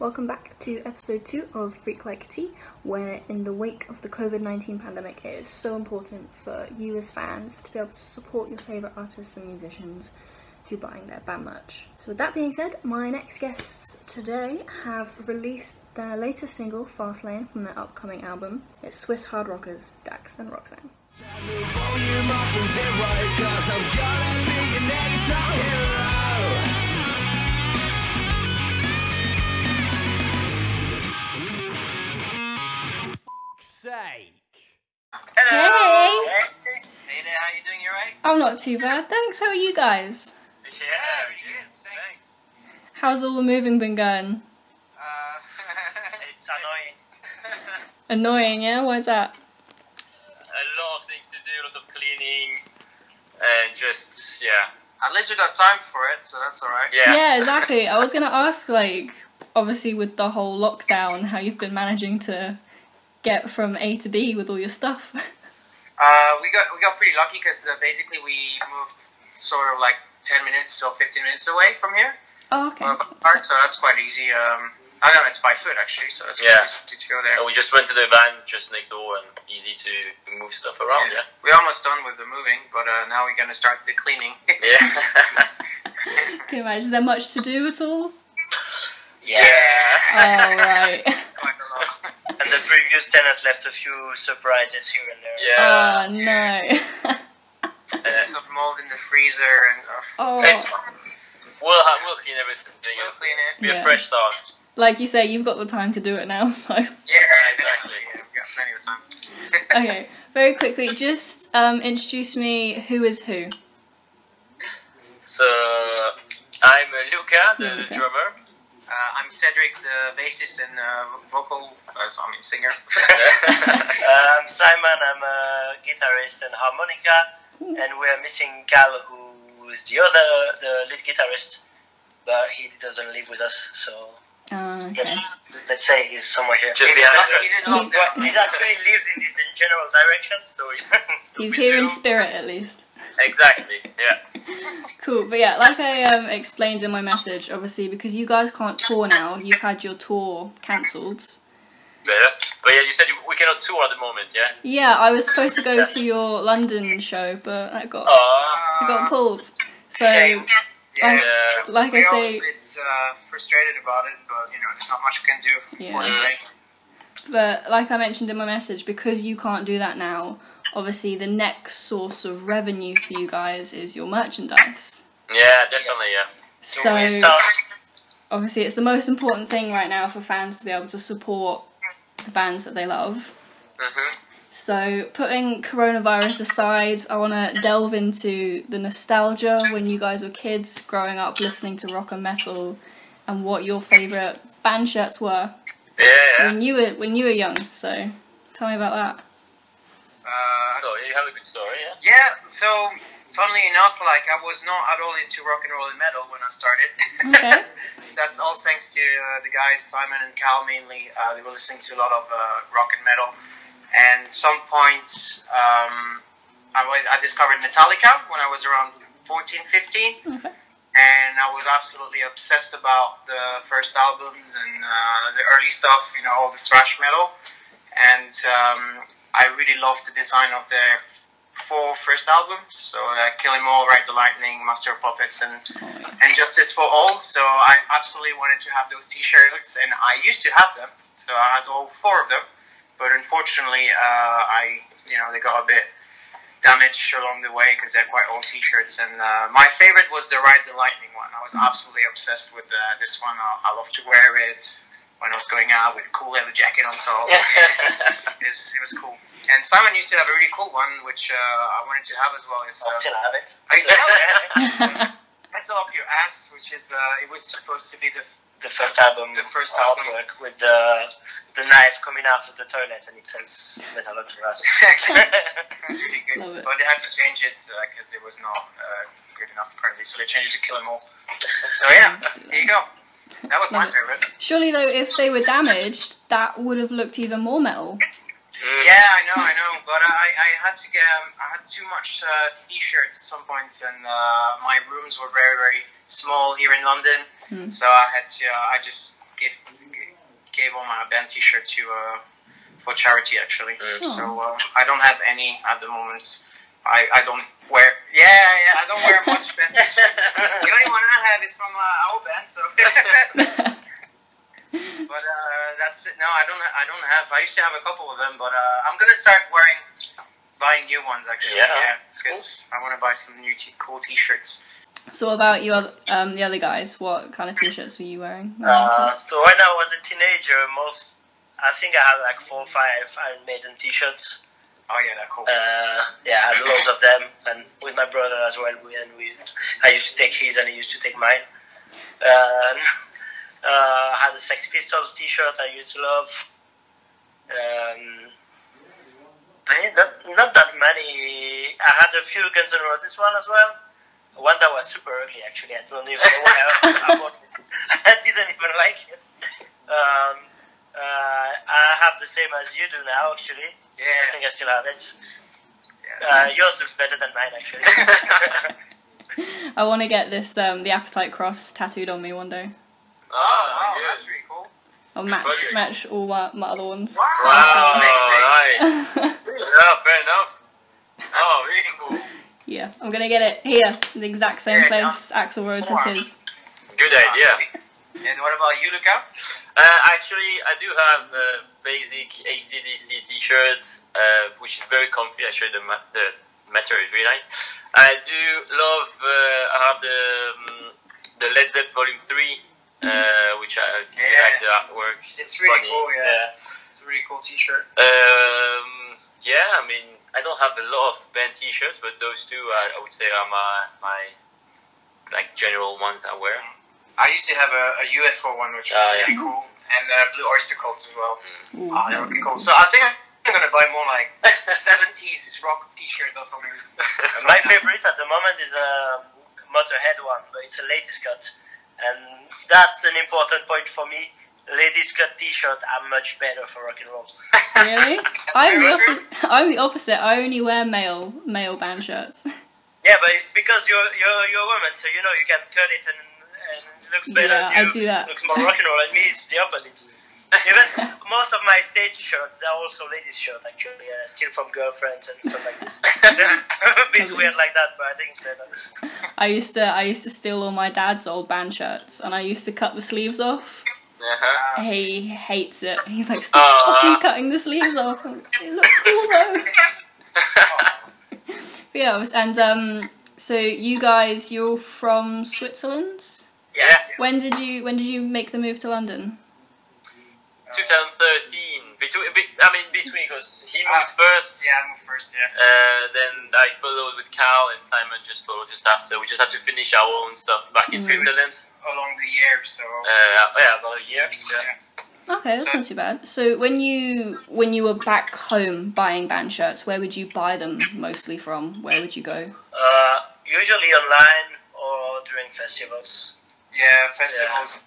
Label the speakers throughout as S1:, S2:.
S1: Welcome back to episode 2 of Freak Like Tea, where, in the wake of the COVID 19 pandemic, it is so important for you as fans to be able to support your favourite artists and musicians through buying their band merch. So, with that being said, my next guests today have released their latest single, Fastlane, from their upcoming album. It's Swiss hard rockers Dax and Roxanne.
S2: Volume up from zero, cause I'm gonna be your anytime hero. Sake.
S1: Hey!
S3: Hey there, how you doing? You alright?
S1: I'm not too bad, thanks. How are you guys?
S3: Yeah, really good. Thanks.
S1: How's all the moving been going?
S3: Uh, it's annoying.
S1: Annoying, yeah? Why's that?
S3: A lot of things to do, a lot of cleaning, and just yeah. At least we got time for it, so that's alright.
S1: yeah, exactly. I was gonna ask, like, obviously with the whole lockdown, how you've been managing to get from A to B with all your stuff.
S3: Uh, we got we got pretty lucky because uh, basically we moved sort of like ten minutes or fifteen minutes away from here,
S1: oh, okay.
S3: uh, apart, so that's quite easy. Um, I don't know, it's by foot actually, so it's
S4: Yeah.
S3: quite easy to go there.
S4: And we just went to the van just next door and easy to move stuff around, yeah?
S3: We're almost done with the moving, but uh, now we're gonna start the cleaning.
S4: Yeah.
S1: Can you imagine? Is there much to do at all?
S4: yeah.
S1: Oh, right.
S3: Quite a lot.
S4: And the previous tenant left a few surprises here and there.
S1: oh,
S4: Yeah.
S1: no.
S3: some mold in the freezer and uh,
S1: oh,
S4: It's- We'll, ha- we'll clean everything.
S3: we'll
S4: Yeah.
S3: clean it.
S4: Be
S1: Yeah.
S4: a fresh start.
S1: like you say, you've got the time to do it now, so.
S3: Yeah,
S4: exactly.
S3: Yeah, we've got plenty of time.
S1: Okay, very quickly, just um, introduce me who is who.
S4: So, I'm uh, Luca, the
S1: Luca.
S4: drummer.
S3: Uh, I'm Cedric, the bassist and uh, vocal, uh, so I mean singer.
S5: um, Simon, I'm a guitarist and harmonica, and we're missing Cal, who's the other, the lead guitarist, but he doesn't live with us, so
S1: Uh, okay.
S5: let's, let's say he's somewhere here.
S4: Just
S3: He's
S4: behind
S3: not-
S4: us.
S3: he's in lockdown.
S5: Well, he actually lives in this general direction, so
S1: He's here in spirit, at least.
S4: Exactly, yeah.
S1: Cool, but yeah, like I um, explained in my message, obviously, because you guys can't tour now, you've had your tour cancelled.
S4: Better. But yeah, you said you- we cannot tour at the moment, yeah?
S1: Yeah, I was supposed to go to your London show, but that got
S4: Oh,
S1: that got pulled. So
S3: Uh,
S1: um,
S3: Yeah, yeah,
S4: yeah.
S1: like I
S3: we're all
S1: say-
S3: a bit uh, frustrated about it, but you know, there's not much we can do.
S1: Yeah.
S4: Mm.
S3: unfortunately.
S1: but like I mentioned in my message, because you can't do that now, obviously the next source of revenue for you guys is your merchandise.
S4: Yeah, definitely, yeah.
S1: So
S5: we start.
S1: obviously it's the most important thing right now for fans to be able to support the bands that they love.
S4: Mm-hmm.
S1: So, putting coronavirus aside, I want to delve into the nostalgia when you guys were kids growing up listening to rock and metal and what your favourite band shirts were
S4: Yeah, yeah.
S1: when you were when you were young. So, tell me about that.
S3: Uh,
S4: So, you have a good story, yeah?
S3: yeah, so funnily enough, like I was not at all into rock and roll and metal when I started.
S1: Okay.
S3: That's all thanks to uh, the guys Simon and Cal mainly. Uh, they were listening to a lot of uh, rock and metal, and some point um, I, was- I discovered Metallica when I was around 14, 15,
S1: Okay.
S3: and I was absolutely obsessed about the first albums and uh, the early stuff, you know, all the thrash metal, and um, I really loved the design of their four first albums, so uh, Kill 'Em All, Ride the Lightning, Master of Puppets, and
S1: Oh, yeah.
S3: and Justice for All. So I absolutely wanted to have those T-shirts, and I used to have them. So I had all four of them, but unfortunately, uh, I you know they got a bit damaged along the way because they're quite old T-shirts. And uh, my favorite was the Ride the Lightning one. I was
S1: Mm-hmm.
S3: absolutely obsessed with uh, this one. I, I love to wear it when I was going out with a cool leather jacket on top. it, was, it was cool. And Simon used to have a really cool one, which uh, I wanted to have as well. Is,
S5: I still
S3: uh,
S5: have it.
S3: I used to have it. Metal Up Your Ass, which is uh, it was supposed to be the
S5: The first album,
S3: The first album.
S5: artwork with the the knife coming out of the toilet, and it says "Metal on your ass."
S4: Mm.
S3: that's pretty good,
S1: Love it.
S3: but they had to change it because it was not uh, good enough apparently, so they changed it to Kill 'Em All. So yeah, there you go. That was my
S1: Love it.
S3: favorite.
S1: Surely though, if they were damaged, that would have looked even more metal.
S4: Mm.
S3: Yeah, I know, I know, but I, I had to get um, I had too much uh, t-shirts at some points, and uh, my rooms were very very small here in London,
S1: Hmm.
S3: so I had to uh, I just gave gave all my band T-shirt to uh, for charity actually.
S4: Mm.
S3: So uh, I don't have any at the moment. I, I don't wear yeah yeah I don't wear much band. the only one I have is from uh, our band. So but uh, that's it. No, I don't I don't have. I used to have a couple of them, but uh, I'm gonna start wearing buying new ones actually.
S4: Yeah.
S3: Yeah, because I want to buy some new t- cool T-shirts.
S1: So what about you, oth- um, the other guys? What kind of t-shirts were you wearing?
S5: Uh, so when I was a teenager, most I think I had like four or five Iron Maiden T-shirts.
S3: Oh yeah, they're cool.
S5: Uh, yeah, I had loads of them, and with my brother as well. We and we, I used to take his, and he used to take mine. Um, uh, I had a Sex Pistols T-shirt I used to love. Um, I- not, not that many. I had a few Guns N' Roses one as well. One that was super ugly, actually. I don't even know why I, I bought it. I didn't even like it. Um, uh, I have the same as you do now, actually. I
S3: yeah.
S5: think I still have it.
S3: yeah.
S5: Uh, yours looks better than mine, actually.
S1: I want to get this um, the appetite cross tattooed on me one day.
S3: Oh, wow, that's pretty cool.
S1: I'll match
S4: Okay.
S1: match all my, my other ones.
S4: Wow,
S3: Amazing.
S4: right. Yeah, fair enough. Oh, really cool.
S1: yeah, I'm gonna get it here, the exact same
S3: Yeah,
S1: place Axel Rose has his.
S4: Good
S5: Ah.
S4: idea.
S3: And what about you, Luca?
S4: Uh, actually, I do have uh, basic ACDC t-shirts, uh, which is very comfy. Actually, the, ma- the material is really nice. I do love. Uh, I have the um, the Led Zeppelin Volume Three,
S5: Mm-hmm.
S4: uh, which I really
S3: Yeah.
S4: like the artwork.
S3: It's really
S4: funny.
S3: cool, yeah. It's a really cool T-shirt.
S4: Um, yeah, I mean, I don't have a lot of band T-shirts, but those two, I, I would say, are my my like general ones I wear.
S3: I used to have a, a UFO one, which was
S4: Oh, yeah.
S3: really
S4: Mm.
S3: cool, and uh, blue oyster cults as well.
S1: Ooh,
S3: Oh, that would be cool. So I think I'm gonna buy more like seventies rock T-shirts or something.
S5: My favorite at the moment is a Motorhead one, but it's a ladies cut, and that's an important point for me. Ladies cut T-shirt are much better for rock and roll.
S1: really? I'm the
S3: Very
S1: oppo- I'm the opposite. I only wear male male band shirts.
S5: Yeah, but it's because you're you're, you're a woman, so you know you can cut it and, and it looks better.
S1: Yeah,
S5: you,
S1: I do that.
S5: Looks more rock and roll. And me, it's the opposite. Even most of my stage shirts, they're also ladies' shirts actually, uh, still from girlfriends and stuff like this. it's weird like that, but I think it's better.
S1: I used to I used to steal all my dad's old band shirts, and I used to cut the sleeves off.
S4: Uh-huh.
S3: Uh,
S1: He hates it. He's like, stop
S4: Uh,
S1: fucking cutting the sleeves off. I'm like, They look cool though.
S3: Uh,
S1: But yeah, it was- and um, so you guys, you're from Switzerland.
S4: Yeah,
S1: When did you when did you make the move to London?
S4: 2013. Between, be, I mean, between because he moved first.
S3: Uh, yeah, I'm first. Yeah.
S4: Uh, then I followed with Cal and Simon just followed just after. We just had to finish our own stuff back in
S1: Mm.
S3: It
S4: Switzerland.
S3: was along the year, so
S4: Uh, yeah, about a year. Yeah.
S1: Okay, that's not too bad. So when you when you were back home buying band shirts, where would you buy them mostly from? Where would you go?
S5: Uh, usually online or during festivals.
S3: yeah, festivals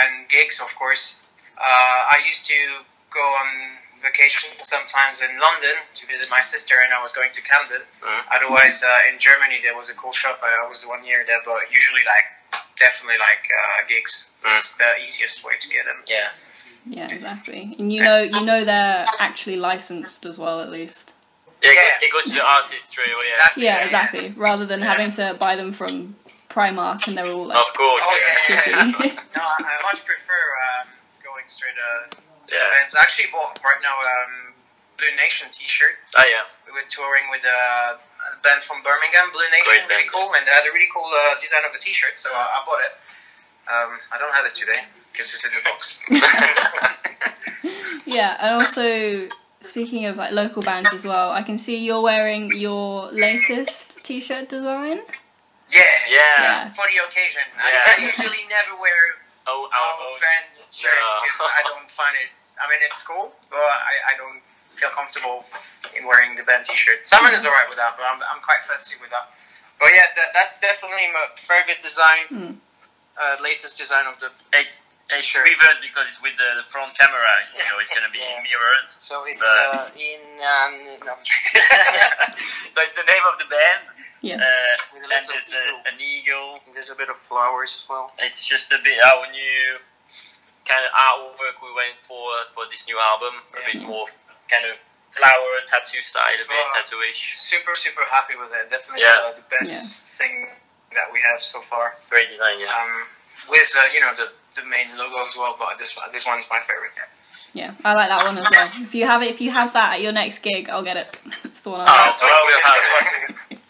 S3: and gigs, of course. Uh, I used to go on vacation sometimes in London to visit my sister, and I was going to Camden.
S4: Mm.
S3: Otherwise, uh, in Germany, there was a cool shop. I was one year there, but usually, like, definitely like uh, gigs.
S4: Mm.
S3: It's the easiest way to get them.
S5: Yeah.
S1: Yeah, exactly. And you know you know they're actually licensed as well, at least.
S4: Yeah,
S3: Yeah.
S4: It, goes to the artist straight away. Yeah.
S3: Exactly.
S1: Yeah, exactly. Rather than having to buy them from Primark and they're all like
S4: Of course.
S3: Oh,
S4: yeah.
S3: yeah.
S1: shitty.
S3: No, I, I much prefer um, going straight uh, to
S4: Yeah.
S3: events. I actually bought right now um, Blue Nation T-shirt.
S4: Oh yeah.
S3: we were touring with uh, a band from Birmingham, Blue Nation,
S4: Great
S3: really
S4: band.
S3: cool, and they had a really cool uh, design of the T-shirt, so I, I bought it. Um, I don't have it today because it's in the box.
S1: yeah, and also speaking of like local bands as well, I can see you're wearing your latest t-shirt design.
S3: yeah,
S4: Yeah.
S1: Yeah.
S3: for the occasion.
S4: Yeah.
S3: I, I usually never wear our
S4: Oh, our own.
S3: band shirts because
S4: No.
S3: I don't find it. I mean, it's cool, but I, I don't feel comfortable in wearing the band T-shirt. Simon is alright with that, but I'm, I'm quite fussy with that. But yeah, that, that's definitely my favorite design,
S1: Hmm.
S3: uh, latest design of the
S4: It's it's
S3: Sure.
S4: reversed because it's with the, the front camera. You know, it's gonna be
S3: Yeah.
S4: mirrored.
S3: So it's uh,
S4: But-
S3: in um, no.
S4: So it's the name of the band,
S1: Yes.
S4: uh,
S3: With a
S4: and
S3: little
S4: there's
S3: eagle.
S4: a, an eagle.
S3: There's a bit of flowers as well.
S4: It's just a bit our new kind of artwork we went for for this new album. A
S3: Yeah.
S4: bit more kind of flower tattoo style, a bit
S3: Oh.
S4: tattooish.
S3: Super, super happy with it. Definitely
S4: Yeah.
S3: uh, the best thing that we have so far.
S4: Great design, yeah.
S3: Um, with uh, you know the, the main logo as well, but this one- this one's my favorite. Yeah.
S6: Yeah, I like that one as well. If you have it, if you have that at your next gig, I'll get it. It's the one I
S4: Oh,
S6: like.
S4: so we'll have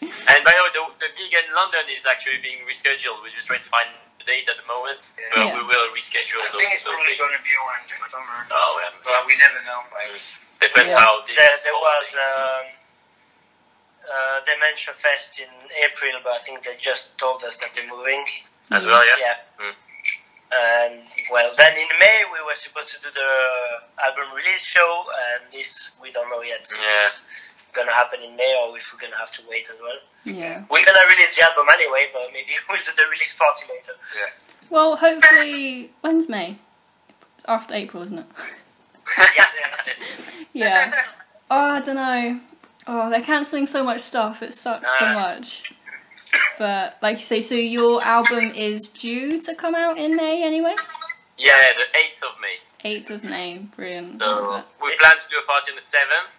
S4: And by the way, the, the gig in London is actually being rescheduled. We're just trying to find the date at the moment,
S3: Yeah.
S4: but
S6: Yeah.
S4: we will reschedule
S3: I
S4: those,
S3: think it's
S4: those
S3: probably
S4: dates.
S3: going to be around in summer,
S4: Oh, um,
S3: but we never know. Like,
S4: depends
S6: Yeah.
S4: how this
S5: There, there
S4: whole
S5: was
S4: thing-
S5: um, uh, Dementia Fest in April, but I think they just told us that they're moving.
S4: as well, yeah. Mm.
S5: And well, then in May we were supposed to do the album release show, and this we don't know yet.
S4: Yeah.
S5: It's gonna happen in May, or if we're gonna have to wait as well.
S6: Yeah.
S5: We're gonna release the album anyway, but maybe we'll do the release party later.
S6: Well, hopefully, when's May? It's after April, isn't it?
S5: yeah.
S6: yeah. Oh, I don't know. Oh, they're cancelling so much stuff. It sucks so
S4: Ah.
S6: much. But like you say, so your album is due to come out in May anyway.
S4: Yeah, the 8th of May.
S6: Eighth of May, brilliant.
S4: So we plan to do a party on the 7th.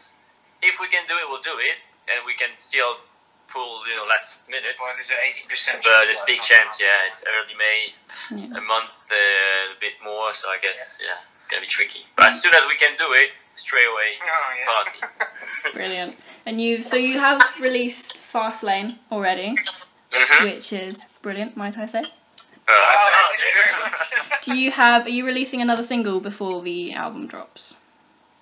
S4: If we can do it, we'll do it. And we can still pull, you know, last minute.
S3: well, there's an eighty percent.
S4: But there's a big chance, yeah. It's early May,
S6: Yeah.
S4: a month, uh, a bit more. So I guess, yeah, it's going to be tricky. But as soon as we can do it, straight away,
S3: Oh,
S4: party.
S6: Brilliant. And you've so you have released Fastlane already,
S4: Mm-hmm.
S6: which is brilliant, might I say?
S3: Oh, thank you
S4: Uh,
S3: very much.
S6: Do you have? Are you releasing another single before the album drops?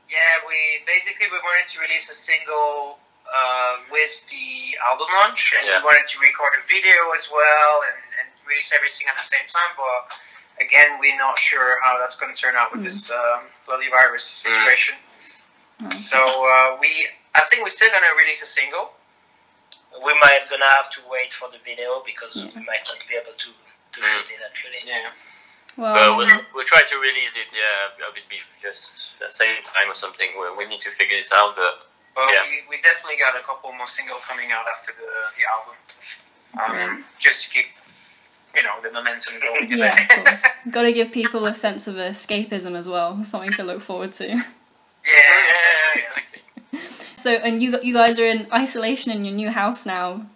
S3: Yeah, we basically we wanted to release a single uh, with the album launch, and
S4: Yeah.
S3: we wanted to record a video as well, and, and release everything at the same time. But again, we're not sure how that's going to turn out with this um, bloody virus situation.
S6: Mm.
S3: So uh, we, I think we're still going to release a single.
S5: we might gonna have to wait for the video because
S6: Yeah.
S5: we might not be able to to
S4: Mm.
S5: shoot it actually.
S3: Yeah,
S4: But
S6: Well,
S4: we'll, we'll try to release it, yeah, a bit bef- just at the same time or something. We, we need to figure this out, but
S3: but
S4: Yeah.
S3: we, we definitely got a couple more singles coming out after the, the album, um,
S6: Brilliant.
S3: just to keep you know the momentum going.
S6: yeah, of course. Got to give people a sense of escapism as well, something to look forward to.
S3: yeah, yeah.
S4: exactly.
S6: So, and you you guys are in isolation in your new house now.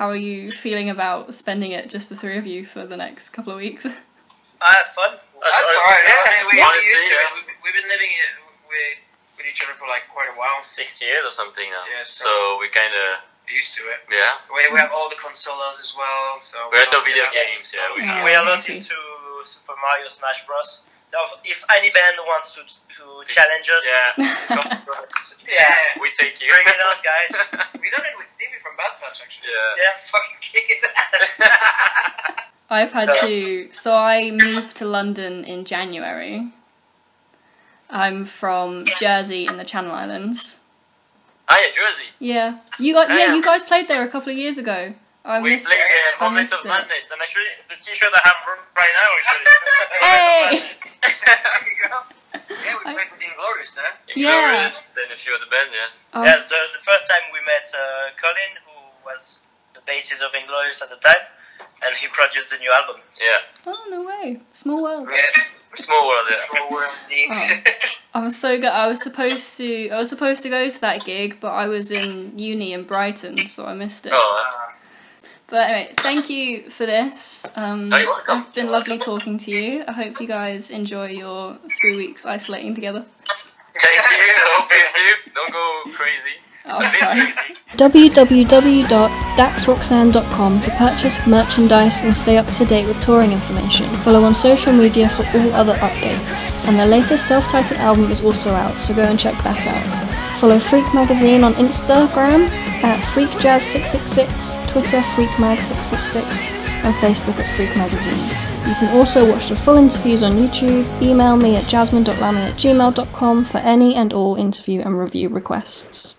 S6: How are you feeling about spending it, just the three of you, for the next couple of weeks?
S5: I had fun.
S3: That's
S4: That's
S3: all right.
S4: all right.
S3: Yeah, we,
S4: Honestly,
S3: we used to it.
S4: yeah.
S3: We, we've been living it with, with each other for like quite a while. So
S4: Six years or something now.
S3: Yeah, so-
S4: so, we kind of,
S3: we're used to it.
S4: yeah.
S3: We, we have all the consoles as well. So
S4: We're at
S3: don't
S4: the
S3: sit
S4: video
S3: out.
S4: games, yeah. We have.
S6: Yeah.
S5: We are not
S6: Okay.
S5: into Super Mario Smash Bros. Now, if any band wants to to challenge us,
S4: Yeah,
S3: Yeah,
S4: we take you.
S5: bring it on, guys.
S3: we done it with Stevie from Bad Touch actually.
S4: yeah.
S5: yeah.
S3: Fucking kick his ass.
S6: I've had to. So I moved to London in January. I'm from Jersey in the Channel Islands.
S4: Ah, yeah, Jersey.
S6: Yeah, you got Oh, yeah.
S3: Yeah.
S6: You guys played there a couple of years ago. I
S4: We
S6: missed.
S4: played uh,
S6: I
S4: Moment
S6: missed
S4: of
S6: it.
S4: Madness, and actually, the t-shirt I have right now actually.
S6: Hey!
S3: there you go. Yeah, we played with Inglorious now.
S6: Yeah.
S4: Inglorious and a few other band, yeah.
S6: I
S5: Yeah,
S6: was-
S5: the, the first time we met uh, Colin, who was the bassist of Inglorious at the time, and he produced the new album.
S4: Yeah,
S6: oh no way! Small world.
S3: Yeah,
S4: small world, yeah.
S3: so we're
S6: Oh. I'm so good. I was supposed to. I was supposed to go to that gig, but I was in uni in Brighton, so I missed it.
S4: Oh, uh,
S6: But anyway, thank you for this. Um,
S4: No, you're welcome.
S6: I've been lovely talking to you. I hope you guys enjoy your three weeks isolating together.
S4: thank you. Hope you too. Don't go crazy.
S6: Oh,
S4: A bit
S6: sorry.
S4: crazy.
S7: www.daxroxanne.com to purchase merchandise and stay up to date with touring information. Follow on social media for all other updates. And their latest self titled album is also out, so go and check that out. Follow Freak Magazine on Instagram at FreakJazz666, Twitter FreakMag666, and Facebook at Freak Magazine. You can also watch the full interviews on YouTube. Email me at jasmine.lammy at gmail.com for any and all interview and review requests.